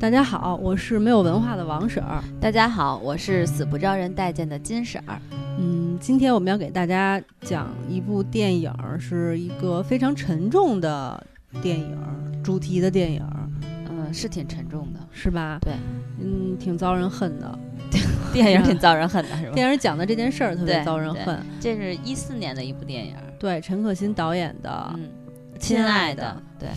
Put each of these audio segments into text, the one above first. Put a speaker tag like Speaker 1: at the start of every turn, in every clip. Speaker 1: 大家好，我是没有文化的王婶儿。
Speaker 2: 大家好，我是死不招人待见的金婶儿。
Speaker 1: 嗯，今天我们要给大家讲一部电影儿，是一个非常沉重的电影儿，主题的电影儿，
Speaker 2: 嗯，是挺沉重的，
Speaker 1: 是吧？
Speaker 2: 对，
Speaker 1: 嗯，挺遭人恨的。
Speaker 2: 电影挺遭人恨的，是吧？
Speaker 1: 电影讲的这件事儿特别
Speaker 2: 对
Speaker 1: 遭人
Speaker 2: 对
Speaker 1: 恨。
Speaker 2: 这是一四年的一部电影，
Speaker 1: 对，陈可辛导演的
Speaker 2: 嗯，
Speaker 1: 《
Speaker 2: 亲爱
Speaker 1: 的》，
Speaker 2: 对，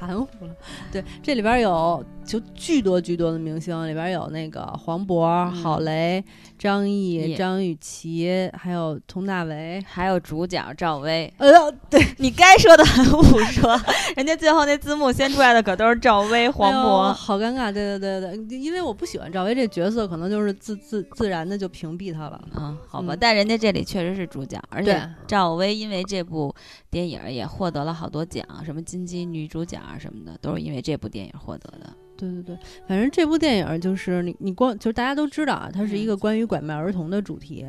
Speaker 1: 含糊了。对，这里边儿有就巨多巨多的明星，里边儿有那个黄渤、郝蕾、张译、
Speaker 2: 嗯也
Speaker 1: 张雨绮，还有佟大为。。
Speaker 2: 还有主角赵薇
Speaker 1: 哎呦，对，
Speaker 2: 你该说的很不说， 人家最后那字幕先出来的可都是赵薇、黄
Speaker 1: 哎呦
Speaker 2: 渤。
Speaker 1: 好尴尬。对对对对，因为我不喜欢赵薇这角色，可能就是自自自然的就屏蔽她了。
Speaker 2: 嗯，好吧，
Speaker 1: 嗯
Speaker 2: 但人家这里确实是主角，而
Speaker 1: 对
Speaker 2: 且赵薇因为这部电影也获得了好多奖，什么金鸡女主角什么的，都是因为这部电影获得的。
Speaker 1: 对对对，反正这部电影就是你你光就是大家都知道啊，它
Speaker 2: 嗯
Speaker 1: 是一个关于拐卖儿童的主 题。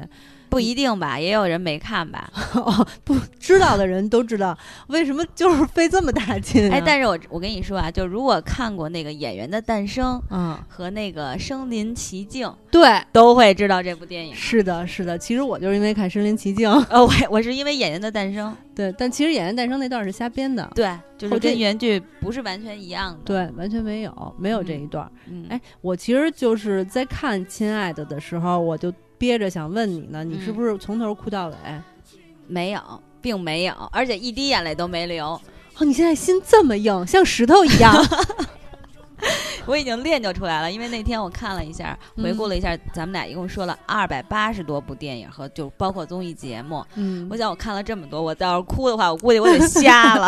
Speaker 2: 不一定吧，也有人没看吧。
Speaker 1: 哦，不知道的人都知道，为什么就是费这么大劲、啊？
Speaker 2: 哎，但是我我跟你说啊，就如果看过那个《演员的诞生》
Speaker 1: 啊、
Speaker 2: 和那个《身临其境》，
Speaker 1: 对，
Speaker 2: 都会知道这部电影。
Speaker 1: 是的，是的。其实我就是因为看《身临其境》，
Speaker 2: 呃，我我是因为《演员的诞生
Speaker 1: 对，但其实《演员诞生》那段是瞎编的》，，
Speaker 2: 对，就是
Speaker 1: 哦这
Speaker 2: 跟原剧不是完全一样的。，
Speaker 1: 对，完全没有，没有这一段。
Speaker 2: 嗯，
Speaker 1: 哎，我其实就是在看《亲爱的》的时候，我就憋着想问你呢，你是
Speaker 2: 嗯
Speaker 1: 不是从头哭到尾？
Speaker 2: 没有，并没有，而且一滴眼泪都没流。
Speaker 1: 哦，你现在心这么硬，像石头一样。
Speaker 2: 我已经练就出来了，因为那天我看了一下，回顾了一下，咱们俩一共说了二百八十多部电影和就包括综艺节目。
Speaker 1: 嗯
Speaker 2: 我想我看了这么多，我要是哭的话，我估计我得 瞎了。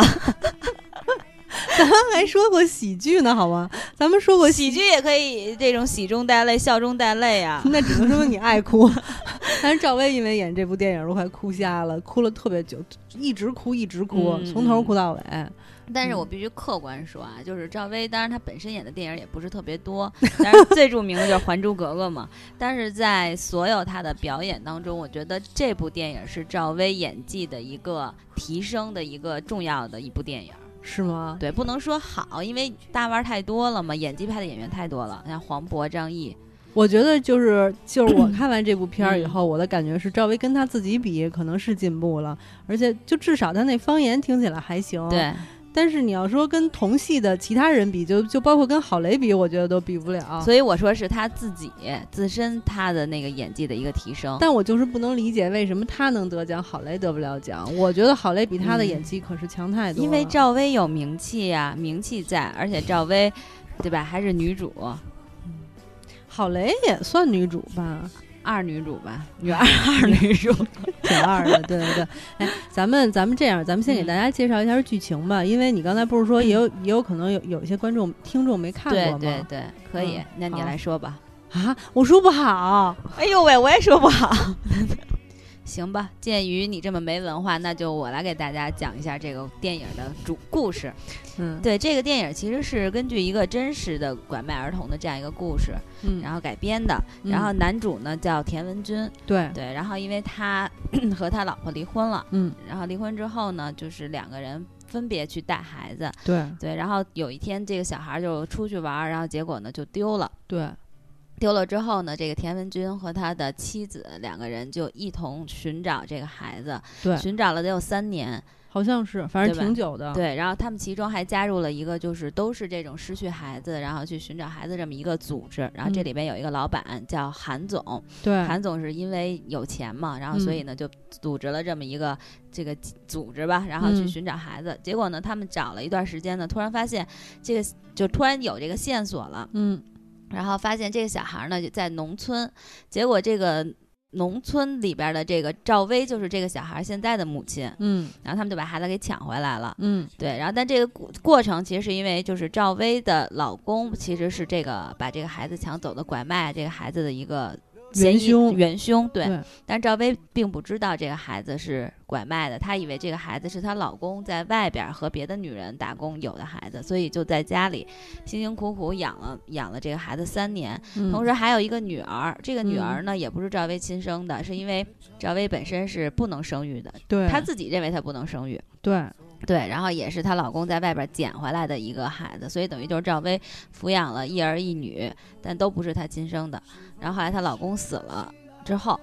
Speaker 1: 刚才说过喜剧呢，好吗？咱们说过。
Speaker 2: 喜剧也可以这种喜中带泪、笑中带泪啊
Speaker 1: 那只能说明你爱 哭。但是赵薇因为演这部电影都快哭瞎了，哭了特别久，一直哭一直哭，
Speaker 2: 嗯
Speaker 1: 从头哭到尾。
Speaker 2: 但
Speaker 1: 嗯
Speaker 2: 是我必须客观说啊，就是赵薇，当然她本身演的电影也不是特 别多，但是最著名的就是《还珠格格》嘛。但是在所有她的表演当中，我觉得这部电影是赵薇演技的一个提升的一个重要的一部电影。
Speaker 1: 是吗？
Speaker 2: 对，不能说好，因为大腕儿太多了嘛，演技派的演员太多了，像黄渤、张译，
Speaker 1: 我觉得就是就是我看完这部片儿
Speaker 2: 嗯
Speaker 1: 以后，我的感觉是赵薇跟她自己比，可能是进步了，而且就至少她那方言听起来还行。，
Speaker 2: 对，
Speaker 1: 但是你要说跟同系的其他人比，就就包括跟郝蕾比，我觉得都比不了。
Speaker 2: 所以我说是她自己自身她的那个演技的一个提升。
Speaker 1: 但我就是不能理解为什么她能得奖，郝蕾得不了奖。我觉得郝蕾比她的
Speaker 2: 嗯
Speaker 1: 演技可是强太多了。
Speaker 2: 因为赵薇有名气呀、名气在，而且赵薇，对吧？还是女主，
Speaker 1: 郝蕾也算女主 吧，
Speaker 2: 二女主吧， 女二二女主。
Speaker 1: 挺二的，对 对对。哎，咱们咱们这样，咱们先给大家介绍一下剧情吧，因为你刚才不是说也有也有可能有有一些观众听众没看过
Speaker 2: 对
Speaker 1: 吗？
Speaker 2: 对对，可以，
Speaker 1: 嗯
Speaker 2: 那你
Speaker 1: 好
Speaker 2: 来说吧。
Speaker 1: 啊，我说不好，
Speaker 2: 哎呦喂，我也说不好。 行吧，鉴于你这么没文化，那就我来给大家讲一下这个电影的主故事。
Speaker 1: 嗯
Speaker 2: 对，这个电影其实是根据一个真实的拐卖儿童的这样一个故事，
Speaker 1: 嗯
Speaker 2: 然后改编的。
Speaker 1: 嗯
Speaker 2: 然后男主呢叫田文军，
Speaker 1: 对，
Speaker 2: 对，然后因为他 和他老婆离婚了，
Speaker 1: 嗯
Speaker 2: 然后离婚之后呢，就是两个人分别去带孩子，
Speaker 1: 对
Speaker 2: 对，然后有一天这个小孩就出去玩儿，然后结果呢就丢了。
Speaker 1: 对，
Speaker 2: 丢了之后呢，这个田文军和他的妻子两个人就一同寻找这个孩子，
Speaker 1: 对嗯
Speaker 2: 寻找了得有三年，
Speaker 1: 好像是，反正
Speaker 2: 对吧
Speaker 1: 挺久的，
Speaker 2: 对。然后他们其中还加入了一个，就是都是这种失去孩子，然后去寻找孩子这么一个组织。然后这
Speaker 1: 嗯
Speaker 2: 里边有一个老板叫韩总，
Speaker 1: 对
Speaker 2: 韩总是因为有钱嘛，然后所以呢就组织了这么一个这个组织吧，然后去
Speaker 1: 嗯
Speaker 2: 寻找孩子。结果呢，他们找了一段时间呢，突然发现这个就突然有这个线索了，
Speaker 1: 嗯
Speaker 2: 然后发现这个小孩呢就在农村，结果这个。农村里边的这个赵薇就是这个小孩现在的母亲，
Speaker 1: 嗯
Speaker 2: 然后他们就把孩子给抢回来了。
Speaker 1: 嗯
Speaker 2: 对，然后但这个过过程其实是因为就是赵薇的老公其实是这个把这个孩子抢走的拐卖这个孩子的一个嫌
Speaker 1: 元
Speaker 2: 疑
Speaker 1: 凶
Speaker 2: 元凶对，
Speaker 1: 对
Speaker 2: 但赵薇并不知道这个孩子是拐卖的，她以为这个孩子是她老公在外边和别的女人打工有的孩子，所以就在家里辛辛苦苦养了养了这个孩子三年，
Speaker 1: 嗯
Speaker 2: 同时还有一个女儿，这个女儿呢也不是赵薇亲生的，是因为赵薇本身是不能生育的，
Speaker 1: 对，
Speaker 2: 她自己认为她不能生育。
Speaker 1: 对
Speaker 2: 对，然后也是她老公在外边捡回来的一个孩子，所以等于就是赵薇抚养了一儿一女，但都不是她亲生的。然后后来她老公死了之后，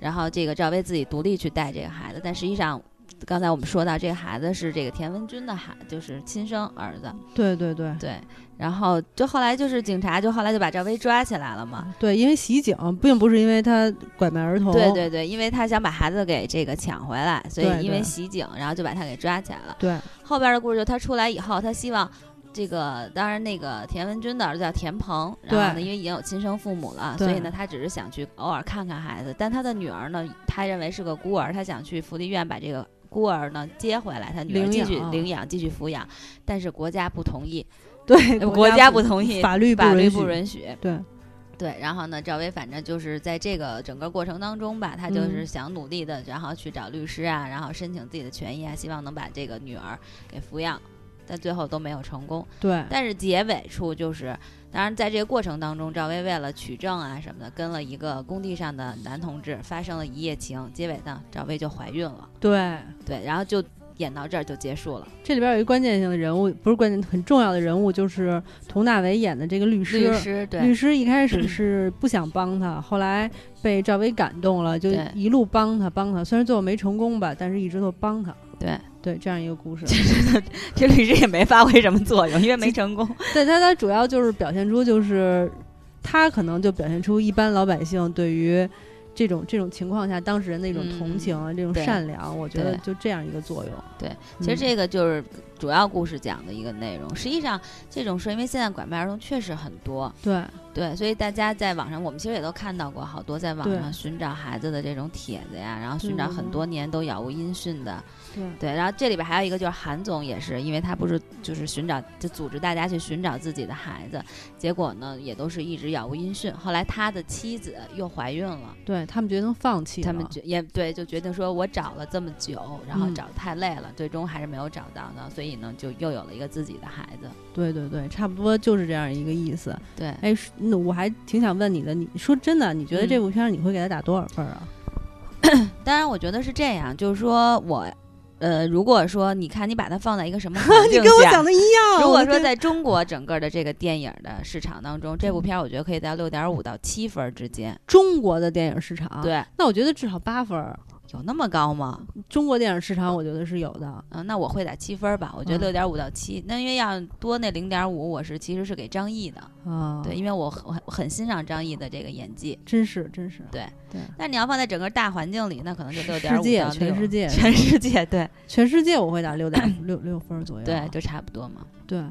Speaker 2: 然后这个赵薇自己独立去带这个孩子，但实际上。刚才我们说到，这个孩子是这个田文军的孩，就是亲生儿子，
Speaker 1: 对对对
Speaker 2: 对。然后就后来就是警察，就后来就把赵薇抓起来了嘛。
Speaker 1: 对，因为袭警并不是因为他拐卖儿童，
Speaker 2: 对对对，因为他想把孩子给这个抢回来，所
Speaker 1: 对
Speaker 2: 以因为
Speaker 1: 对
Speaker 2: 袭警，然后就把他给抓起来了。
Speaker 1: 对
Speaker 2: 后边的故事就是他出来以后，他希望这个，当然那个田文军的儿子叫田鹏，然后呢，
Speaker 1: 对
Speaker 2: 因为已经有亲生父母了，
Speaker 1: 对
Speaker 2: 所以呢，他只是想去偶尔看看孩子，但他的女儿呢，他认为是个孤儿，他想去福利院把这个。孤儿呢接回来，他女儿
Speaker 1: 领
Speaker 2: 继续
Speaker 1: 养
Speaker 2: 领养、继续抚养，但是国家不同意，
Speaker 1: 对
Speaker 2: 呃
Speaker 1: 国
Speaker 2: 国家不同意，
Speaker 1: 法律不
Speaker 2: 法律
Speaker 1: 允
Speaker 2: 不
Speaker 1: 许，
Speaker 2: 允许。
Speaker 1: 对
Speaker 2: 对，然后呢，赵薇反正就是在这个整个过程当中吧，她就是
Speaker 1: 嗯
Speaker 2: 想努力的，然后去找律师啊，然后申请自己的权益啊，希望能把这个女儿给抚养，但最后都没有成功。
Speaker 1: 对
Speaker 2: 但是结尾处就是，当然在这个过程当中，赵薇为了取证啊什么的，跟了一个工地上的男同志发生了一夜情，结尾呢，赵薇就怀孕了，
Speaker 1: 对。
Speaker 2: 对，然后就演到这儿就结束了。
Speaker 1: 这里边有一关键性的人物，不是关键很重要的人物，就是佟大为演的这个律师。
Speaker 2: 律师对，
Speaker 1: 律师一开始是不想帮他，后来被赵薇感动了，就
Speaker 2: 对
Speaker 1: 一路帮他帮他。虽然最后没成功吧，但是一直都帮他。
Speaker 2: 对，
Speaker 1: 对，这样一个故事。
Speaker 2: 这律师也没发挥什么作用，因为没成功。
Speaker 1: 对他，他主要就是表现出就是他可能就表现出一般老百姓对于这种这种情况下当事人的一种同情啊，这种
Speaker 2: 嗯对
Speaker 1: 善良，我觉得
Speaker 2: 对
Speaker 1: 就这样一个作用。
Speaker 2: 对，
Speaker 1: 嗯
Speaker 2: 其实这个就是主要故事讲的一个内容。实际上，这种事因为现在拐卖儿童确实很多，
Speaker 1: 对
Speaker 2: 对，所以大家在网上，我们其实也都看到过好多在网
Speaker 1: 对
Speaker 2: 上寻找孩子的这种帖子呀，然后寻找
Speaker 1: 嗯
Speaker 2: 很多年都杳无音讯的。
Speaker 1: 对
Speaker 2: 对，然后这里边还有一个就是韩总也是，因为他不是就是寻找，就组织大家去寻找自己的孩子，结果呢也都是一直杳无音讯。后来他的妻子又怀孕了。
Speaker 1: 对，他们决定放弃了，
Speaker 2: 他们决也对，就决定说，我找了这么久，然后
Speaker 1: 嗯
Speaker 2: 找得太累了，最终还是没有找到呢，所以呢，就又有了一个自己的孩子。
Speaker 1: 对对对，差不多就是这样一个意思。
Speaker 2: 对，
Speaker 1: 哎，是那我还挺想问你的，你说真的，你觉得
Speaker 2: 嗯
Speaker 1: 这部片儿你会给他打多少分儿 啊？
Speaker 2: 当然我觉得是这样，就是说我，呃，如果说你看你把它放在一个 什么环境下。
Speaker 1: 的一样
Speaker 2: 如果说在中国整个的这个电影的市场当中，这部片儿我觉得可以在六点五到七分之间。
Speaker 1: 中国的电影市场，，
Speaker 2: 对，
Speaker 1: 那我觉得至少八分儿。
Speaker 2: 有那么高吗？
Speaker 1: 中国电影市场，我觉得是有的。
Speaker 2: 嗯、那我会打七分儿吧，我觉得
Speaker 1: 嗯
Speaker 2: 六点五到七。那因为要多那零点五，我是其实是给张译的，
Speaker 1: 啊，
Speaker 2: 对，，因为我很我很欣赏张译的这个演技。
Speaker 1: 真是真是，
Speaker 2: 对
Speaker 1: 对，
Speaker 2: 但你要放在整个大环境里，那可能就六点
Speaker 1: 世
Speaker 2: 五
Speaker 1: 界
Speaker 2: 到6
Speaker 1: 全世界
Speaker 2: 全世界，对
Speaker 1: 全世界我会打六点六六分儿左右。啊
Speaker 2: 对，就差不多嘛。
Speaker 1: 对，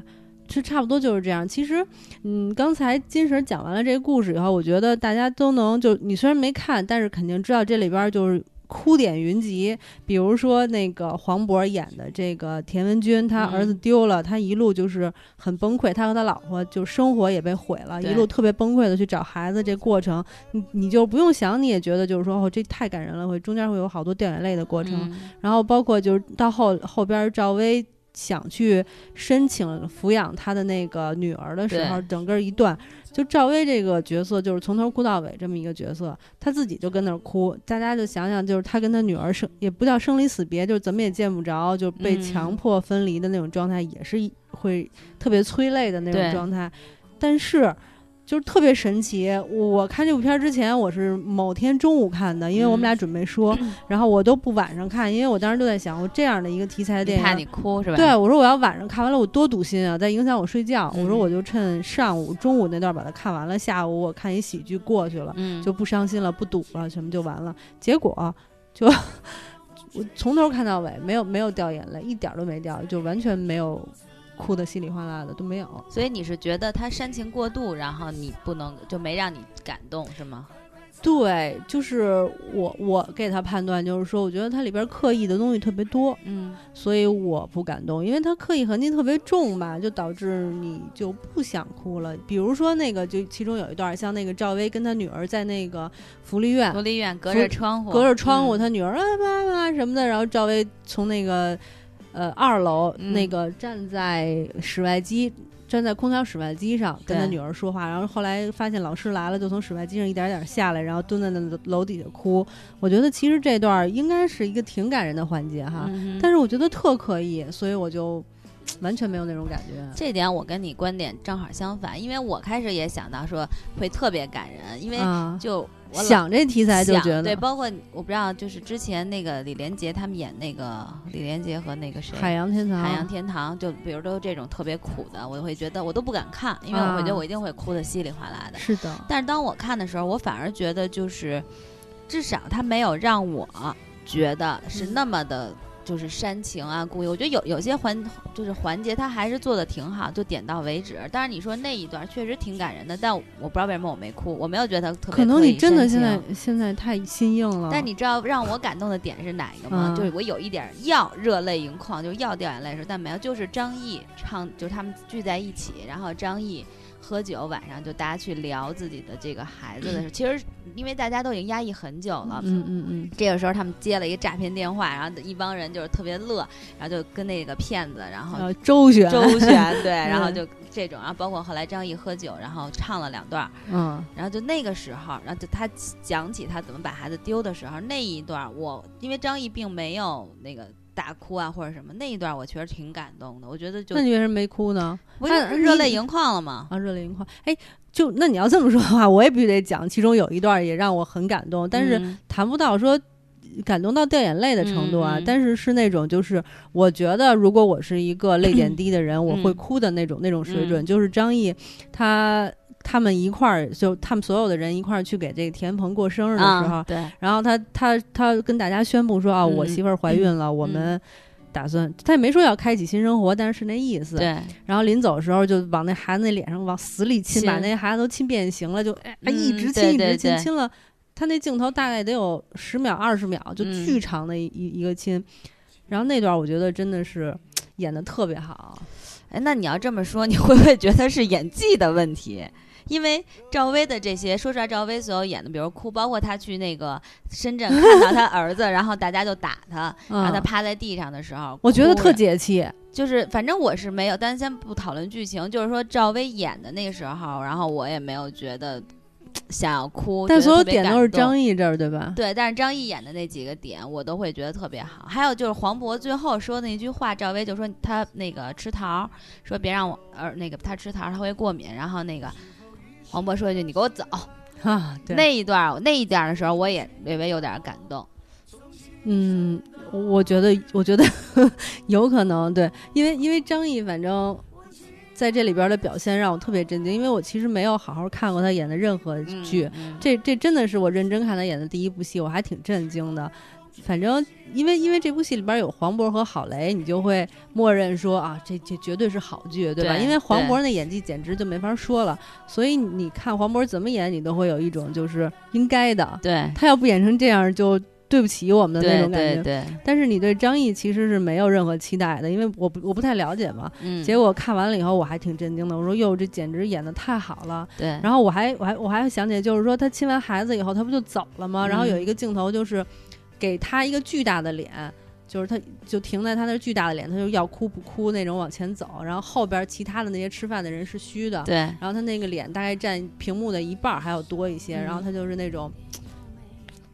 Speaker 1: 这差不多就是这样。其实，嗯，刚才金婶儿讲完了这个故事以后，我觉得大家都能就你虽然没看，但是肯定知道这里边儿就是。哭点云集，比如说那个黄渤演的这个田文军，他儿子丢了，他一路就是很崩溃，他和他老婆就生活也被毁了，
Speaker 2: 对
Speaker 1: 一路特别崩溃的去找孩子，这过程你你就不用想，你也觉得就是说哦，这太感人了，会中间会有好多掉眼泪的过程，
Speaker 2: 嗯
Speaker 1: 然后包括就是到后后边儿赵薇想去申请抚养她的那个女儿的时候，整个一段就赵薇这个角色就是从头哭到尾这么一个角色，她自己就跟那儿哭，大家就想想就是她跟她女儿生也不叫生离死别，就是怎么也见不着，就被
Speaker 2: 嗯
Speaker 1: 强迫分离的那种状态，也是一会特别催泪的那种
Speaker 2: 对
Speaker 1: 状态，但是。就是特别神奇，我看这部片儿之前，我是某天中午看的，因为我们
Speaker 2: 嗯
Speaker 1: 俩准备说，然后我都不晚上看，因为我当时就在想，我这样的一个题材的
Speaker 2: 你
Speaker 1: 电
Speaker 2: 怕
Speaker 1: 影
Speaker 2: 你，哭是吧？
Speaker 1: 对我说我要晚上看完了，我多堵心啊，在影响我睡觉。我说
Speaker 2: 嗯
Speaker 1: 我就趁上午、中午那段把它看完了，下午我看一喜剧过去了，
Speaker 2: 嗯，
Speaker 1: 就不伤心了，不堵了，什么就完了。结果就 我从头看到尾，没有没有掉眼泪，一点儿都没掉，就完全没有哭的稀里哗啦的都没有。
Speaker 2: 所以你是觉得他煽情过度，然后你不能就没让你感动是吗？
Speaker 1: 对，就是我我给他判断就是说，我觉得它里边刻意的东西特别多，
Speaker 2: 嗯，
Speaker 1: 所以我不感动，因为它刻意痕迹特别重吧，就导致你就不想哭了。比如说那个，就其中有一段，像那个赵薇跟她女儿在那个福利院
Speaker 2: 福利院隔着窗户，
Speaker 1: 隔着窗户，
Speaker 2: 嗯
Speaker 1: 她女儿啊妈妈什么的，然后赵薇从那个呃二楼
Speaker 2: 嗯
Speaker 1: 那个站在室外机。站在空调室外机上跟他
Speaker 2: 对
Speaker 1: 女儿说话，然后后来发现老师来了，就从室外机上一点点下来，然后蹲在那楼底下哭。我觉得其实这段儿应该是一个挺感人的环节哈，
Speaker 2: 嗯哼
Speaker 1: 但是我觉得特刻意，所以我就完全没有那种感觉。
Speaker 2: 这点我跟你观点正好相反，因为我开始也想到说会特别感人，因为
Speaker 1: 啊，
Speaker 2: 就我老
Speaker 1: 想这题材就
Speaker 2: 想
Speaker 1: 觉得
Speaker 2: 对，包括我不知道，就是之前那个李连杰他们演那个李连杰和那个谁
Speaker 1: 海洋天堂，
Speaker 2: 海洋天堂，就比如都是这种特别苦的，我会觉得我都不敢看，因为我会觉得
Speaker 1: 啊
Speaker 2: 我一定会哭得稀里哗啦的。
Speaker 1: 是的，
Speaker 2: 但是当我看的时候，我反而觉得就是，至少他没有让我觉得是
Speaker 1: 嗯
Speaker 2: 那么的，就是煽情啊、故意。我觉得有有些环就是环节，他还是做的挺好，就点到为止。当然你说那一段确实挺感人的，但我不知道为什么我没哭，我没有觉得他特别
Speaker 1: 可能
Speaker 2: 刻
Speaker 1: 你
Speaker 2: 意
Speaker 1: 真的
Speaker 2: 煽
Speaker 1: 现
Speaker 2: 情
Speaker 1: 在现在太心硬了。
Speaker 2: 但你知道让我感动的点是哪一个吗？
Speaker 1: 嗯
Speaker 2: 就是我有一点儿要热泪盈眶，就是要掉眼泪的时候，但没有，就是张译唱，就是他们聚在一起，然后张译喝酒，晚上就大家去聊自己的这个孩子 的事。其实因为大家都已经压抑很久了。
Speaker 1: 嗯嗯嗯，
Speaker 2: 这个时候，他们接了一个诈骗电话，然后一帮人就是特别乐，然后就跟那个骗子，然后
Speaker 1: 呃，周旋，
Speaker 2: 周旋，对，然 后
Speaker 1: 嗯
Speaker 2: 就这种，然后包括后来张译喝酒，然后唱了两段儿，
Speaker 1: 嗯
Speaker 2: 然后就那个时候，然后就他讲起他怎么把孩子丢的时候，那一段儿我因为张译并没有那个大哭啊或者什么，那一段儿我确实挺感动的。我觉得就
Speaker 1: 那你为什么没哭呢？
Speaker 2: 不
Speaker 1: 那
Speaker 2: 是热
Speaker 1: 你
Speaker 2: 泪盈眶了吗？
Speaker 1: 啊，热泪盈眶。哎，就那你要这么说的话，我也必须得讲，其中有一段也让我很感动，但是
Speaker 2: 嗯
Speaker 1: 谈不到说感动到掉眼泪的程度啊。
Speaker 2: 嗯嗯
Speaker 1: 但是是那种，就是我觉得如果我是一个泪点低的人，我
Speaker 2: 嗯
Speaker 1: 会哭的那种那种水准。就是张译他他们一块儿，就他们所有的人一块儿去给这个田鹏过生日的时候，
Speaker 2: 啊、对，
Speaker 1: 然后他他他跟大家宣布说啊，
Speaker 2: 嗯
Speaker 1: 我媳妇儿怀孕了，我们。打算，他也没说要开启新生活，但是是那意思。
Speaker 2: 对，
Speaker 1: 然后临走的时候就往那孩子那脸上往死里亲，
Speaker 2: 亲
Speaker 1: 把那孩子都亲变形了，就哎、
Speaker 2: 嗯
Speaker 1: 一直亲
Speaker 2: 对
Speaker 1: 一直
Speaker 2: 对
Speaker 1: 亲，
Speaker 2: 对
Speaker 1: 亲了他那镜头大概得有十秒二十秒，就
Speaker 2: 嗯
Speaker 1: 巨长的一、一一个亲。然后那段我觉得真的是演的特别好，
Speaker 2: 哎，那你要这么说，你会不会觉得是演技的问题？因为赵薇的这些，说实话，赵薇所有演的，比如哭，包括她去那个深圳看到她儿子，然后大家就打她，然后她
Speaker 1: 嗯，
Speaker 2: 趴在地上的时候，
Speaker 1: 我觉得
Speaker 2: 啊哭
Speaker 1: 特
Speaker 2: 着
Speaker 1: 解气。
Speaker 2: 就是反正我是没有，但先不讨论剧情，就是说赵薇演的那个时候，然后我也没有觉得想要哭，
Speaker 1: 但
Speaker 2: 觉得
Speaker 1: 所有
Speaker 2: 特别
Speaker 1: 点
Speaker 2: 感
Speaker 1: 都是
Speaker 2: 动
Speaker 1: 张译这儿，对吧？
Speaker 2: 对，但是张译演的那几个点，我都会觉得特别好。还有就是黄渤最后说那句话，赵薇就说他那个吃桃，说别让我呃那个他吃桃他会过敏，然后那个黄渤说一句你给我走，
Speaker 1: 啊，对，
Speaker 2: 那一段那一点的时候，我也略微有点感动。
Speaker 1: 嗯，我觉得，我觉得 有可能对，因为因为张译反正在这里边的表现让我特别震惊，因为我其实没有好好看过他演的任何
Speaker 2: 嗯
Speaker 1: 剧，
Speaker 2: 嗯
Speaker 1: 这这真的是我认真看他演的第一部戏，我还挺震惊的。反正因为因为这部戏里边有黄渤和郝蕾，你就会默认说啊，这这绝对是好剧，对吧？
Speaker 2: 对
Speaker 1: 因为黄渤那演技简直就没法说了，所以你看黄渤怎么演，你都会有一种就是应该的，
Speaker 2: 对
Speaker 1: 他要不演成这样就对不起我们的那
Speaker 2: 对
Speaker 1: 种感觉。
Speaker 2: 对对，
Speaker 1: 但是你对张译其实是没有任何期待的，因为我不我不太了解嘛。
Speaker 2: 嗯，
Speaker 1: 结果看完了以后，我还挺震惊的，我说哟，这简直演的太好了。
Speaker 2: 对，
Speaker 1: 然后我还我还我还想起来，就是说他亲完孩子以后，他不就走了吗？
Speaker 2: 嗯
Speaker 1: 然后有一个镜头就是给他一个巨大的脸。就是他，就停在他那巨大的脸，他就要哭不哭那种往前走，然后后边其他的那些吃饭的人是虚的，
Speaker 2: 对
Speaker 1: 然后他那个脸大概占屏幕的一半儿还要多一些，
Speaker 2: 嗯
Speaker 1: 然后他就是那种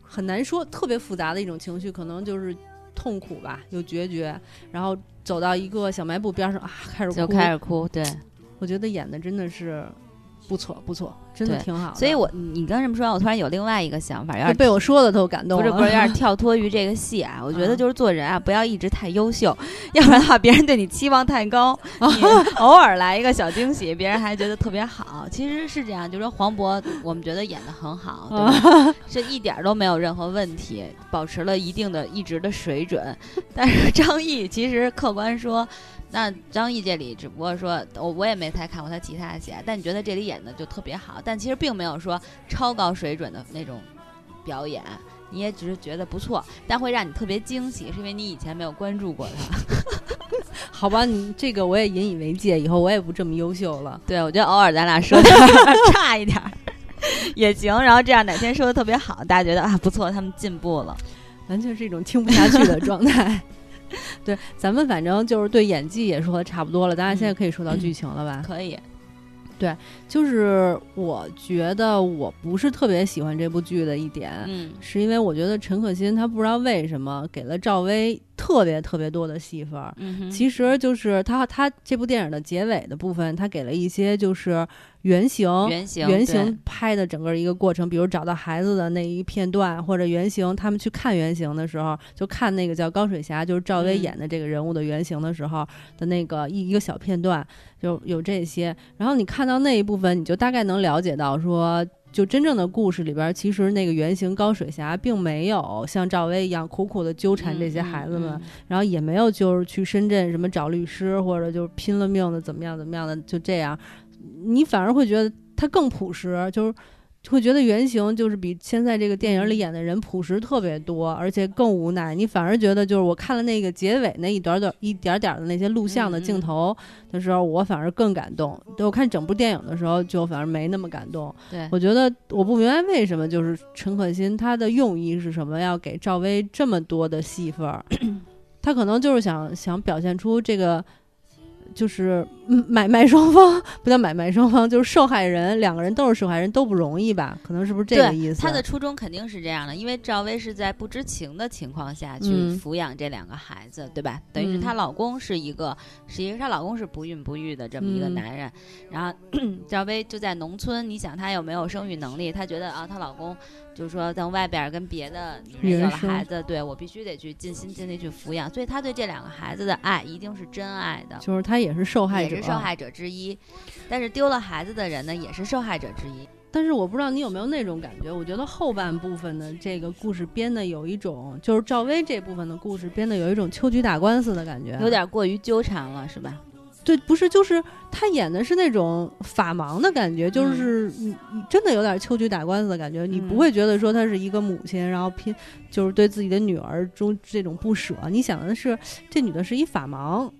Speaker 1: 很难说特别复杂的一种情绪，可能就是痛苦吧，有决绝，然后走到一个小卖部边上啊，开始哭，
Speaker 2: 就开始哭，对。
Speaker 1: 我觉得演的真的是不错，不错，真的
Speaker 2: 对
Speaker 1: 挺好的
Speaker 2: 所以我嗯你刚这么说，我突然有另外一个想法，有
Speaker 1: 就
Speaker 2: 点
Speaker 1: 被我说的都感动
Speaker 2: 不是
Speaker 1: 了，
Speaker 2: 不是，有点跳脱于这个戏啊。我觉
Speaker 1: 啊
Speaker 2: 得就是做人啊，不要一直太优秀，要不然的话，别人对你期望太高，你偶尔来一个小惊喜，别人还觉得特别好。其实是这样，就说黄渤，我们觉得演的很好，对吧？这一点儿都没有任何问题，保持了一定的一直的水准。但是张译其实客观说。那张译这里只不过说，我我也没太看过他其他的戏啊，但你觉得这里演的就特别好，但其实并没有说超高水准的那种表演，你也只是觉得不错，但会让你特别惊喜，是因为你以前没有关注过他。
Speaker 1: 好吧，你这个我也引以为戒，以后我也不这么优秀了。
Speaker 2: 对，我觉得偶尔咱俩说点儿 差一点儿 也行，然后这样哪天说的特别好，大家觉得啊不错，他们进步了。
Speaker 1: 完全是一种听不下去的状态。 对，咱们反正就是对演技也说的差不多了，咱俩现在
Speaker 2: 嗯
Speaker 1: 可以说到剧情了吧？
Speaker 2: 可以，
Speaker 1: 就是我觉得我不是特别喜欢这部剧的一点，
Speaker 2: 嗯
Speaker 1: 是因为我觉得陈可辛她不知道为什么给了赵薇特别特别多的戏份儿。
Speaker 2: 嗯哼，
Speaker 1: 其实就是她她这部电影的结尾的部分，她给了一些就是原型。
Speaker 2: 原型
Speaker 1: 原
Speaker 2: 原
Speaker 1: 型拍的整个一个过程，比如找到孩子的那一片段，或者原型他们去看原型的时候，就看那个叫高水霞，就是赵薇
Speaker 2: 嗯
Speaker 1: 演的这个人物的原型的时候的那个一一个小片段，就有这些。然后你看到那一部分，你就大概能了解到说。就真正的故事里边，其实那个原型高水霞并没有像赵薇一样苦苦的纠缠
Speaker 2: 嗯
Speaker 1: 这些孩子们，，然后也没有就是去深圳什么找律师，或者就是拼了命的怎么样怎么样的，就这样，你反而会觉得他更朴实，就是会觉得原型就是比现在这个电影里演的人朴实特别多，而且更无奈。你反而觉得就是我看了那个结尾那一点点一点点的那些录像的
Speaker 2: 嗯嗯
Speaker 1: 镜头的时候，我反而更感动。对我看整部电影的时候，就反而没那么感 动。
Speaker 2: 对，
Speaker 1: 我觉得我不明白为什么，就是陈可辛他的用意是什么，要给赵薇这么多的戏份 儿。他可能就是想想表现出这个，就是嗯买卖双方不叫买卖双方，就是受害人两个人都是受害人，都不容易吧？可能是不是这个
Speaker 2: 对
Speaker 1: 意思？
Speaker 2: 他的初衷肯定是这样的，因为赵薇是在不知情的情况下去
Speaker 1: 嗯
Speaker 2: 抚养这两个孩子，对吧？等于是
Speaker 1: 嗯
Speaker 2: 她老公是一个，是一个她老公是不孕不育的这么一个
Speaker 1: 嗯
Speaker 2: 男人，然后 赵薇就在农村，你想她有没有生育能力？她觉得啊，她老公就是说在外边儿跟别的女人有了
Speaker 1: 人生
Speaker 2: 孩子，对我必须得去尽心尽力去抚养，所以她对这两个孩子的爱一定是真爱的。
Speaker 1: 就是他也是受害
Speaker 2: 也
Speaker 1: 者，
Speaker 2: 是受害者之一，但是丢了孩子的人呢，也是受害者之一。
Speaker 1: 但是我不知道你有没有那种感觉，我觉得后半部分的这个故事编的有一种，就是赵薇这部分的故事编的有一种秋菊打官司的感觉，
Speaker 2: 有点过于纠缠了，是吧？
Speaker 1: 对，不是，就是他演的是那种法盲的感觉，就是你、你真的有点秋菊打官司的感觉，你不
Speaker 2: 嗯
Speaker 1: 会觉得说她是一个母亲，然后拼就是对自己的女儿中这种不舍，你想的是这女的是一法盲，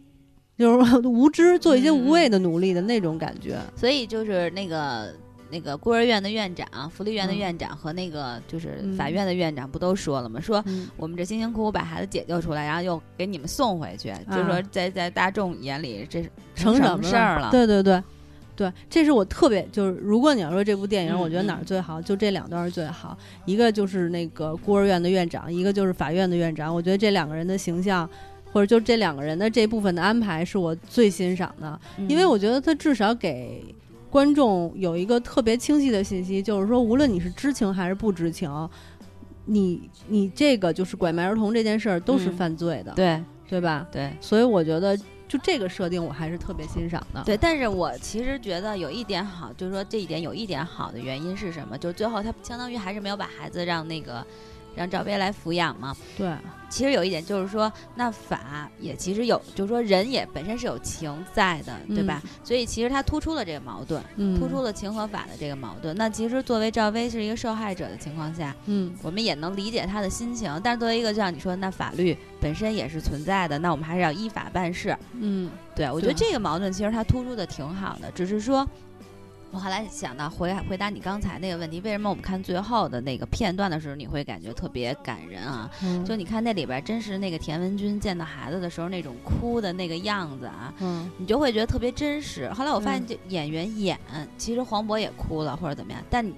Speaker 1: 就是 无知做一些无谓的努力的那种感觉，
Speaker 2: 所以就是那个那个孤儿院的院长、福利
Speaker 1: 嗯
Speaker 2: 院的院长和那个就是法院的院长不都说了吗？说
Speaker 1: 嗯，
Speaker 2: 我们这辛辛苦苦把孩子解救出来，然后又给你们送回去，就说在在大众眼里这是
Speaker 1: 嗯成
Speaker 2: 什
Speaker 1: 么
Speaker 2: 么事儿了？
Speaker 1: 对对对。对，这是我特别就是，如果你要说这部电影，
Speaker 2: 嗯
Speaker 1: 我觉得哪儿
Speaker 2: 嗯
Speaker 1: 最好，就这两段儿最好。一个就是那个孤儿院的院长，一个就是法院的院长。我觉得这两个人的形象，或者就这两个人的这部分的安排，是我最欣赏的，
Speaker 2: 嗯
Speaker 1: 因为我觉得他至少给观众有一个特别清晰的信息，就是说，无论你是知情还是不知情，你你这个就是拐卖儿童这件事儿都是
Speaker 2: 嗯
Speaker 1: 犯罪的，
Speaker 2: 对
Speaker 1: 对吧？
Speaker 2: 对。
Speaker 1: 所以我觉得就这个设定，我还是特别欣赏的。
Speaker 2: 对，但是我其实觉得有一点好，就是说这一点有一点好的原因是什么？就是最后他相当于还是没有把孩子让那个让赵薇来抚养嘛，
Speaker 1: 对，
Speaker 2: 其实有一点就是说，那法也其实有，就是说人也本身是有情在的，对吧？所以其实它突出了这个矛盾，
Speaker 1: 嗯，
Speaker 2: 突出了情和法的这个矛盾。那其实作为赵薇是一个受害者的情况下，
Speaker 1: 嗯
Speaker 2: 我们也能理解她的心情。但是作为一个就像你说，那法律本身也是存在的，那我们还是要依法办事。
Speaker 1: 嗯
Speaker 2: 对，我觉得
Speaker 1: 对
Speaker 2: 这个矛盾其实它突出的挺好的，只是说，我后来想到回回答你刚才那个问题，为什么我们看最后的那个片段的时候，你会感觉特别感人啊？
Speaker 1: 嗯，
Speaker 2: 就你看那里边儿，真是那个田文军见到孩子的时候那种哭的那个样子啊，
Speaker 1: 嗯
Speaker 2: 你就会觉得特别真实。后来我发现，
Speaker 1: 嗯
Speaker 2: 这演员演，其实黄渤也哭了或者怎么样，但你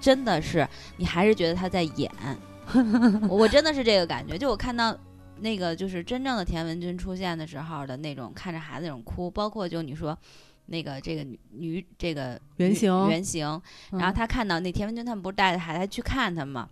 Speaker 2: 真的是你还是觉得他在 演。我我真的是这个感觉，就我看到那个就是真正的田文军出现的时候的那种看着孩子那种哭，包括就你说。那个这个女女这个
Speaker 1: 原
Speaker 2: 女
Speaker 1: 型
Speaker 2: 原型，然
Speaker 1: 嗯
Speaker 2: 后他看到那田文军他们不是带着孩子还去看他们嘛，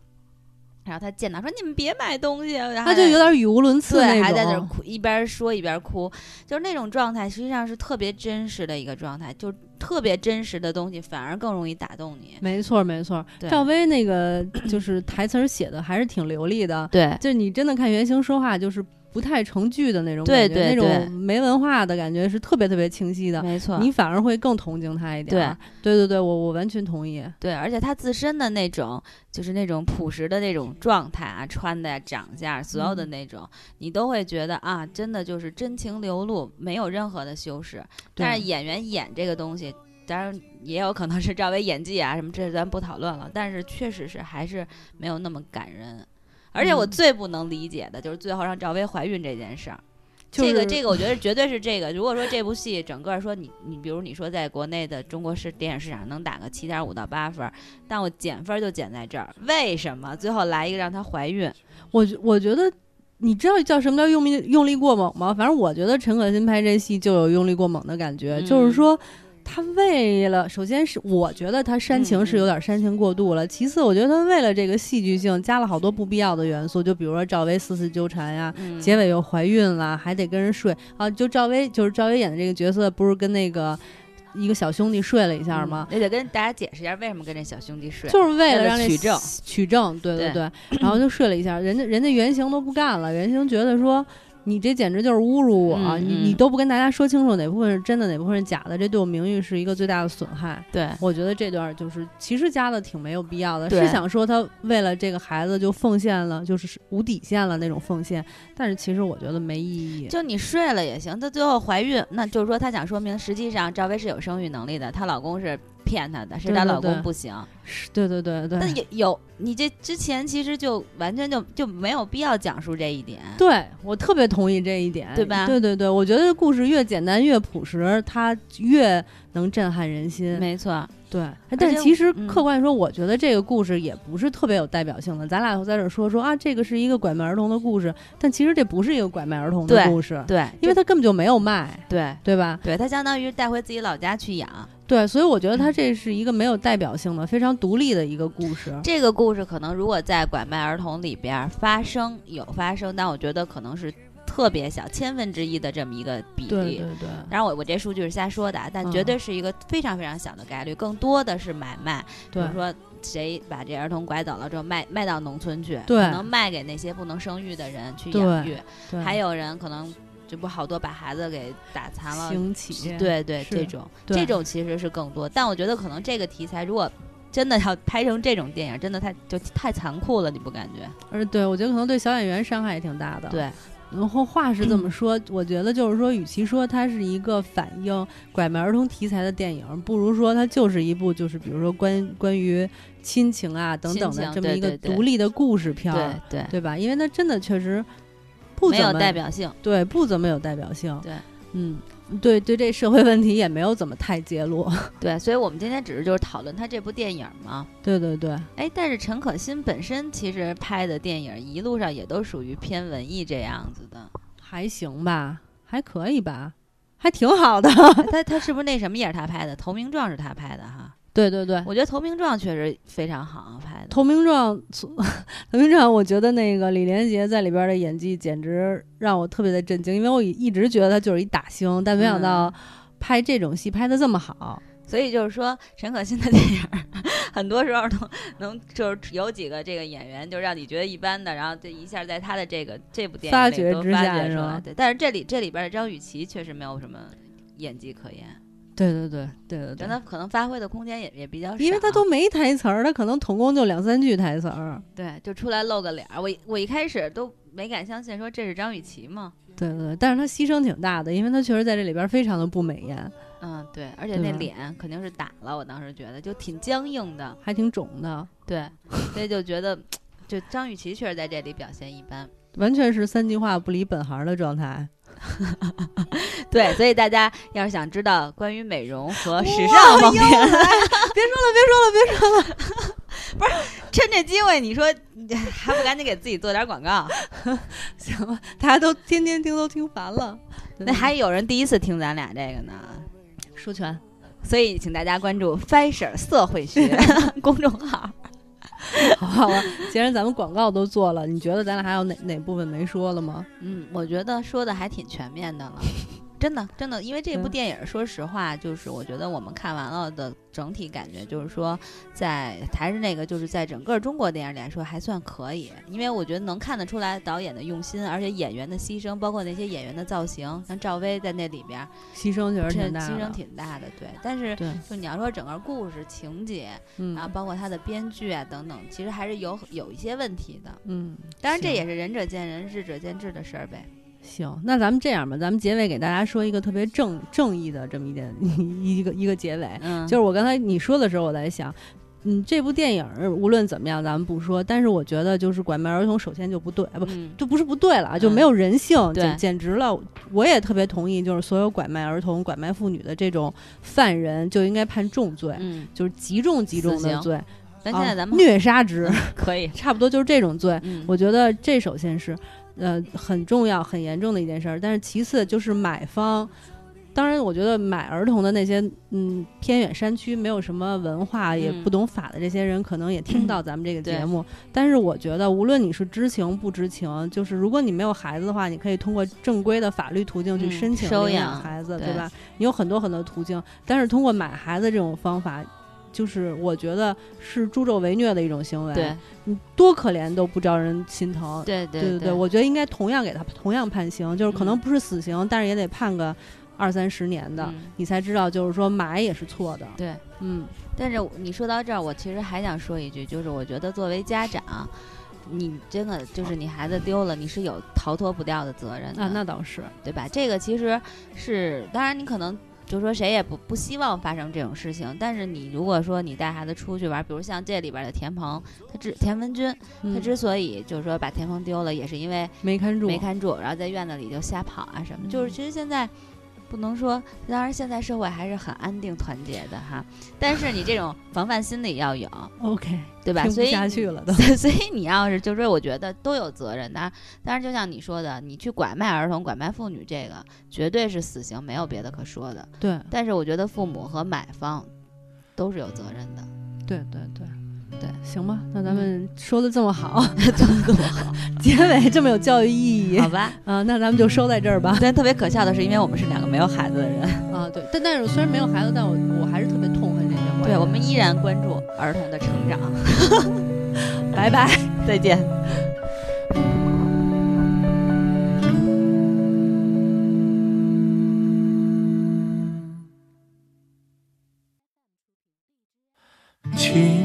Speaker 2: 然后他见到说你们别买东西，啊然后
Speaker 1: 他就有点语无伦次那
Speaker 2: 对，
Speaker 1: 种，
Speaker 2: 还在那儿哭，一边说一边哭，就是那种状态，实际上是特别真实的一个状态，就是特别真实的东西反而更容易打动你。
Speaker 1: 没错没错，
Speaker 2: 对
Speaker 1: 赵薇那个就是台词儿写的还是挺流利的，
Speaker 2: 对
Speaker 1: 就你真的看原型说话就是不太成句的那种
Speaker 2: 对
Speaker 1: 感觉，
Speaker 2: 对
Speaker 1: 那
Speaker 2: 对
Speaker 1: 种没文化的感觉是特别特别清晰的，
Speaker 2: 没错
Speaker 1: 你反而会更同情他一点儿。对对对对，我我完全同意。
Speaker 2: 对，而且他自身的那种，就是那种朴实的那种状态啊，穿的呀、长相啊，所有的
Speaker 1: 嗯
Speaker 2: 那种，你都会觉得啊，真的就是真情流露，没有任何的修饰。
Speaker 1: 对
Speaker 2: 但是演员演这个东西，当然也有可能是赵薇演技啊什么，这咱不讨论了。但是确实是还是没有那么感人。而且我
Speaker 1: 嗯
Speaker 2: 最不能理解的就是最后让赵薇怀孕这件事儿。
Speaker 1: 就是
Speaker 2: 这个这个，我觉得绝对是这个。如果说这部戏整个说你你，比如你说在国内的中国市电影市场能打个七点五到八分儿，但我减分儿就减在这儿，为什么最后来一个让她怀孕？
Speaker 1: 我觉我觉得，你知道叫什么叫用力用力过猛吗？反正我觉得陈可辛拍这戏就有用力过猛的感觉，
Speaker 2: 嗯
Speaker 1: 就是说。他为了，首先是我觉得他煽情
Speaker 2: 嗯
Speaker 1: 是有点煽情过度了。其次，我觉得他为了这个戏剧性加了好多不必要的元素，就比如说赵薇四次纠缠呀、
Speaker 2: 嗯
Speaker 1: 结尾又怀孕了，还得跟人睡啊。就赵薇，就是赵薇演的这个角色，不是跟那个一个小兄弟睡了一下吗？
Speaker 2: 也得跟大家解释一下为什么跟这小兄弟睡。
Speaker 1: 就是为
Speaker 2: 为
Speaker 1: 了
Speaker 2: 了
Speaker 1: 让这
Speaker 2: 取证
Speaker 1: 取证，对对
Speaker 2: 对
Speaker 1: 对，然后就睡了一下，人家人家原型都不干了，原型觉得说。你这简直就是侮辱我、
Speaker 2: 嗯
Speaker 1: 你
Speaker 2: 嗯
Speaker 1: 你都不跟大家说清楚哪部分是真的，哪部分是假的，这对我名誉是一个最大的损害。
Speaker 2: 对，
Speaker 1: 我觉得这段就是其实加的挺没有必要的，
Speaker 2: 对
Speaker 1: 是想说他为了这个孩子就奉献了，就是无底线了那种奉献，但是其实我觉得没意义。
Speaker 2: 就你睡了也行，她最后怀孕，那就是说她想说明，实际上赵薇是有生育能力的，她老公是骗她的，是
Speaker 1: 对对
Speaker 2: 她老公
Speaker 1: 对
Speaker 2: 不行。
Speaker 1: 是对对对对
Speaker 2: 但有有你这之前其实就完全就就没有必要讲述这一点。
Speaker 1: 对我特别同意这一点，
Speaker 2: 对吧
Speaker 1: 对对对，我觉得故事越简单越朴实，它越能震撼人心。
Speaker 2: 没错，
Speaker 1: 对，但
Speaker 2: 且
Speaker 1: 是其实
Speaker 2: 嗯
Speaker 1: 客观说，我觉得这个故事也不是特别有代表性的。咱俩在这儿说说啊，这个是一个拐卖儿童的故事，但其实这不是一个拐卖儿童的
Speaker 2: 对
Speaker 1: 故事，
Speaker 2: 对，
Speaker 1: 因为他根本就没有卖，
Speaker 2: 对
Speaker 1: 对吧？
Speaker 2: 对，她相当于带回自己老家去养。
Speaker 1: 对，所以我觉得
Speaker 2: 嗯
Speaker 1: 他这是一个没有代表性的、非常独立的一个故事。
Speaker 2: 这个故事可能如果在拐卖儿童里边儿发生有发生，但我觉得可能是特别小，千分之一的这么一个比例。
Speaker 1: 对对对，
Speaker 2: 当然我我这数据是瞎说的啊，但绝
Speaker 1: 嗯
Speaker 2: 对是一个非常非常小的概率，更多的是买卖，比
Speaker 1: 对
Speaker 2: 如说谁把这儿童拐走了之后卖卖到农村去，
Speaker 1: 对
Speaker 2: 可能卖给那些不能生育的人去
Speaker 1: 对
Speaker 2: 养育，
Speaker 1: 对，
Speaker 2: 还有人可能这不好多把孩子给打残了，
Speaker 1: 行乞，
Speaker 2: 对对，
Speaker 1: 是
Speaker 2: 这种
Speaker 1: 对
Speaker 2: 这种其实是更多，但我觉得可能这个题材如果真的要拍成这种电影，真的太就太残酷了，你不感觉？
Speaker 1: 而对我觉得可能对小演员伤害也挺大的。
Speaker 2: 对，
Speaker 1: 然后话是这
Speaker 2: 嗯
Speaker 1: 么说，我觉得就是说，与其说它是一个反映拐卖儿童题材的电影，不如说它就是一部就是比如说关关于亲情啊等等
Speaker 2: 亲
Speaker 1: 的
Speaker 2: 情
Speaker 1: 这么一个
Speaker 2: 对对对
Speaker 1: 独立的故事片儿，
Speaker 2: 对对，
Speaker 1: 对吧？因为它真的确实不
Speaker 2: 没有
Speaker 1: 怎
Speaker 2: 代
Speaker 1: 么
Speaker 2: 表性，
Speaker 1: 对不怎么有代表性，
Speaker 2: 对，
Speaker 1: 嗯，对对，这社会问题也没有怎么太揭露，
Speaker 2: 对，所以我们今天只是就是讨论他这部电影嘛。
Speaker 1: 对对对，
Speaker 2: 哎，但是陈可辛本身其实拍的电影一路上也都属于偏文艺这样子的，
Speaker 1: 还行吧，还可以吧，还挺好的，
Speaker 2: 哎他他是不是那什么也是他拍的，《投名状》是他拍的 哈？
Speaker 1: 对对对，
Speaker 2: 我觉得《投名状》确实非常好拍的，
Speaker 1: 投名状，从 投名状，我觉得那个李连杰在里边的演技简直让我特别的震惊，因为我一直觉得他就是一打星，但没想到拍这种戏拍的这么好。
Speaker 2: 所以就是说，陈可辛的电影儿， 很多时候能能就是有几个这个演员，就让你觉得一般的，然后这一下在他的这个这部电影
Speaker 1: 发
Speaker 2: 里
Speaker 1: 掘
Speaker 2: 都
Speaker 1: 之
Speaker 2: 发
Speaker 1: 下
Speaker 2: 掘
Speaker 1: 是
Speaker 2: 出
Speaker 1: 吧
Speaker 2: 来。对，但是这里这里边的张雨绮确实没有什么演技可言，
Speaker 1: 对对对对对
Speaker 2: 让
Speaker 1: 对，
Speaker 2: 她可能发挥的空间也也比较少，
Speaker 1: 因为他都没台词儿，他可能总共就两三句台词儿。
Speaker 2: 对，就出来露个脸儿。我一我一开始都没敢相信，说这是张雨绮吗？
Speaker 1: 对对对，但是他牺牲挺大的，因为他确实在这里边非常的不美颜，
Speaker 2: 嗯，对，而且
Speaker 1: 对啊
Speaker 2: 那
Speaker 1: 吧
Speaker 2: 脸肯定是打了，我当时觉得就挺僵硬的，
Speaker 1: 还挺肿的，
Speaker 2: 对，所以就觉得就张雨绮确实在这里表现一般。
Speaker 1: 完全是三句话不离本行的状态。
Speaker 2: 对，所以大家要是想知道关于美容和时
Speaker 1: 哇
Speaker 2: 尚方
Speaker 1: 又来
Speaker 2: 面，
Speaker 1: 别说了，别说了，别说了。
Speaker 2: 趁这机会，你说 你还不赶紧给自己做点广告？
Speaker 1: 行了，大家都天天听都听烦了。
Speaker 2: 那还有人第一次听咱俩这个呢，
Speaker 1: 说全。
Speaker 2: 所以请大家关注 Fashion 社会 学公众号。
Speaker 1: 好吧好吧，既然咱们广告都做了，你觉得咱俩还有哪哪部分没说了吗？
Speaker 2: 嗯，我觉得说的还挺全面 的了。真的，真的，因为这部
Speaker 1: 对
Speaker 2: 电影，说实话，就是我觉得我们看完了的整体感觉，就是说在，还是那个，就是在整个中国电影里来说还算可以，因为我觉得能看得出来导演的用心，而且演员的牺牲，包括那些演员的造型，像赵薇在那里边儿，
Speaker 1: 牺牲确实
Speaker 2: 这
Speaker 1: 挺大
Speaker 2: 牺牲
Speaker 1: 的，
Speaker 2: 挺大的，对。但是
Speaker 1: 对，
Speaker 2: 就你要说整个故事情节
Speaker 1: 嗯
Speaker 2: 啊，包括它的编剧啊等等，其实还是有有一些问题的。
Speaker 1: 嗯，
Speaker 2: 当然，这
Speaker 1: 行
Speaker 2: 也是仁者见仁，智者见智的事儿呗。
Speaker 1: 行。那咱们这样吧，咱们结尾给大家说一个特别正正义的这么一点一个一个结尾，
Speaker 2: 嗯，
Speaker 1: 就是我刚才你说的时候，我在想。嗯，这部电影儿无论怎么样，咱们不说，但是我觉得就是拐卖儿童首先就不对，啊不
Speaker 2: 嗯，
Speaker 1: 就不是不对了，啊就
Speaker 2: 嗯
Speaker 1: 没有人性，
Speaker 2: 对
Speaker 1: 简简直了！我也特别同意，就是所有拐卖儿童、拐卖妇女的这种犯人就应该判重罪，
Speaker 2: 嗯，
Speaker 1: 就是极重极重
Speaker 2: 死
Speaker 1: 的
Speaker 2: 刑
Speaker 1: 罪。
Speaker 2: 但现在
Speaker 1: 啊
Speaker 2: 咱们嗯
Speaker 1: 虐杀值、
Speaker 2: 可以，
Speaker 1: 差不多就是这种罪，
Speaker 2: 嗯，
Speaker 1: 我觉得这首先是呃很重要、很严重的一件事儿，但是其次就是买方。当然，我觉得买儿童的那些嗯偏远山区没有什么文化、也
Speaker 2: 嗯
Speaker 1: 不懂法的这些人，可能也听到咱们这个
Speaker 2: 对
Speaker 1: 节目。但是我觉得，无论你是知情不知情，就是如果你没有孩子的话，你可以通过正规的法律途径去
Speaker 2: 嗯
Speaker 1: 申请
Speaker 2: 收
Speaker 1: 领
Speaker 2: 养
Speaker 1: 养孩子，对
Speaker 2: 对
Speaker 1: 吧？你有很多很多途径，但是通过买孩子这种方法，就是我觉得是助纣为虐的一种行为。
Speaker 2: 对
Speaker 1: 你多可怜都不招人心疼。
Speaker 2: 对
Speaker 1: 对
Speaker 2: 对
Speaker 1: 对，我觉得应该同样给他同样判刑，就是可能
Speaker 2: 嗯
Speaker 1: 不是死刑，但是也得判个二三十年的，
Speaker 2: 嗯
Speaker 1: 你才知道就是说买也是错的。
Speaker 2: 对。
Speaker 1: 嗯，
Speaker 2: 但是你说到这儿，我其实还想说一句，就是我觉得作为家长，你真的就是你孩子丢了，你是有逃脱不掉的责任的，
Speaker 1: 啊，那倒是，
Speaker 2: 对吧？这个其实是，当然你可能就说谁也不不希望发生这种事情，但是你如果说你带孩子出去玩，比如像这里边的田鹏，他之田文军，他
Speaker 1: 嗯
Speaker 2: 之所以就是说把田鹏丢了，也是因为
Speaker 1: 没看住，
Speaker 2: 没看住，然后在院子里就瞎跑啊什么，就是
Speaker 1: 嗯
Speaker 2: 其实现在。不能说，当然现在社会还是很安定团结的哈，但是你这 种防范心理要有，
Speaker 1: OK，
Speaker 2: 对吧？
Speaker 1: 听
Speaker 2: 所
Speaker 1: 不
Speaker 2: 以嗯
Speaker 1: 下
Speaker 2: 你
Speaker 1: 去了都。
Speaker 2: 所以你要是就是，我觉得都有责任的。当然，就像你说的，你去拐卖儿童、拐卖妇女，这个绝对是死刑，没有别的可说的。
Speaker 1: 对
Speaker 2: 但是我觉得父母和买方都是有责任的。
Speaker 1: 对对对
Speaker 2: 对，
Speaker 1: 行吧，那
Speaker 2: 嗯
Speaker 1: 咱们说的这么 好，这么好， 结尾这么有教育意义
Speaker 2: 好吧，
Speaker 1: 啊，那咱们就收在这儿吧。
Speaker 2: 但特别可笑的是，因为我们是两个没有孩子的人，
Speaker 1: 啊，对，但但是虽然没有孩子，但我我还是特别痛恨这些话。
Speaker 2: 对我们依然关注儿童的成长。
Speaker 1: 拜拜。
Speaker 2: 再见。
Speaker 3: 亲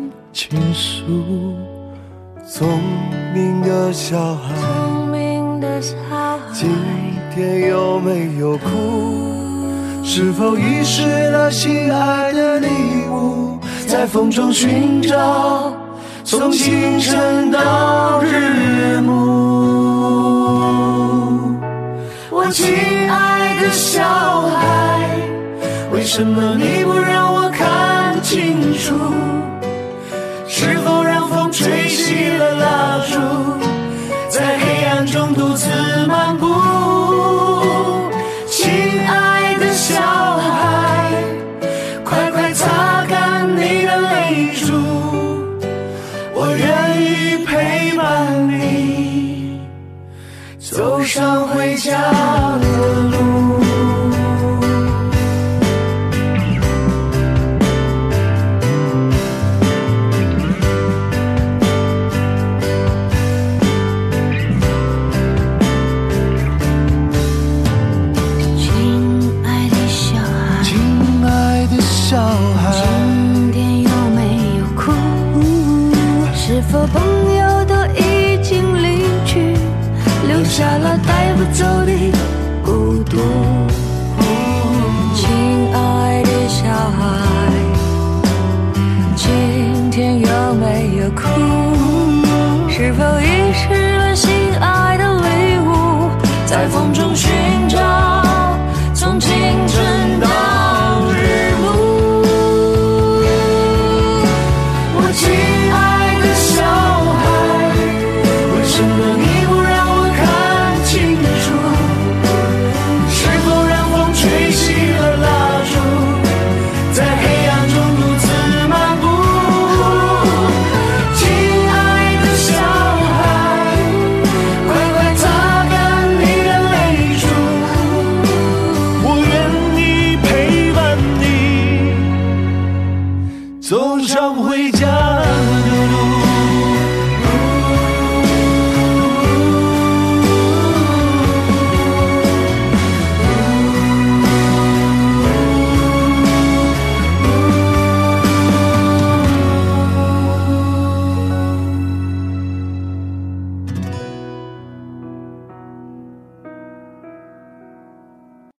Speaker 3: 倾诉？聪明的小孩。
Speaker 4: 聪明的小
Speaker 3: 今
Speaker 4: 孩，
Speaker 3: 天有没有哭？是否遗失了心爱的礼物，在风中寻找，从清晨到日暮。我亲爱的小孩，为什么你不让我看清楚？是否让风吹熄了蜡烛？在黑暗中独自漫步。亲爱的小孩，快快擦干你的泪珠，我愿意陪伴你走上回家的路。
Speaker 4: 亲爱的小孩，
Speaker 3: 亲爱的小孩，
Speaker 4: 今天有没有哭？是否朋友都已经离去，留下了带不走的孤独？亲爱的小孩，今天有没有哭？是否遗失了心爱的礼物，在风中寻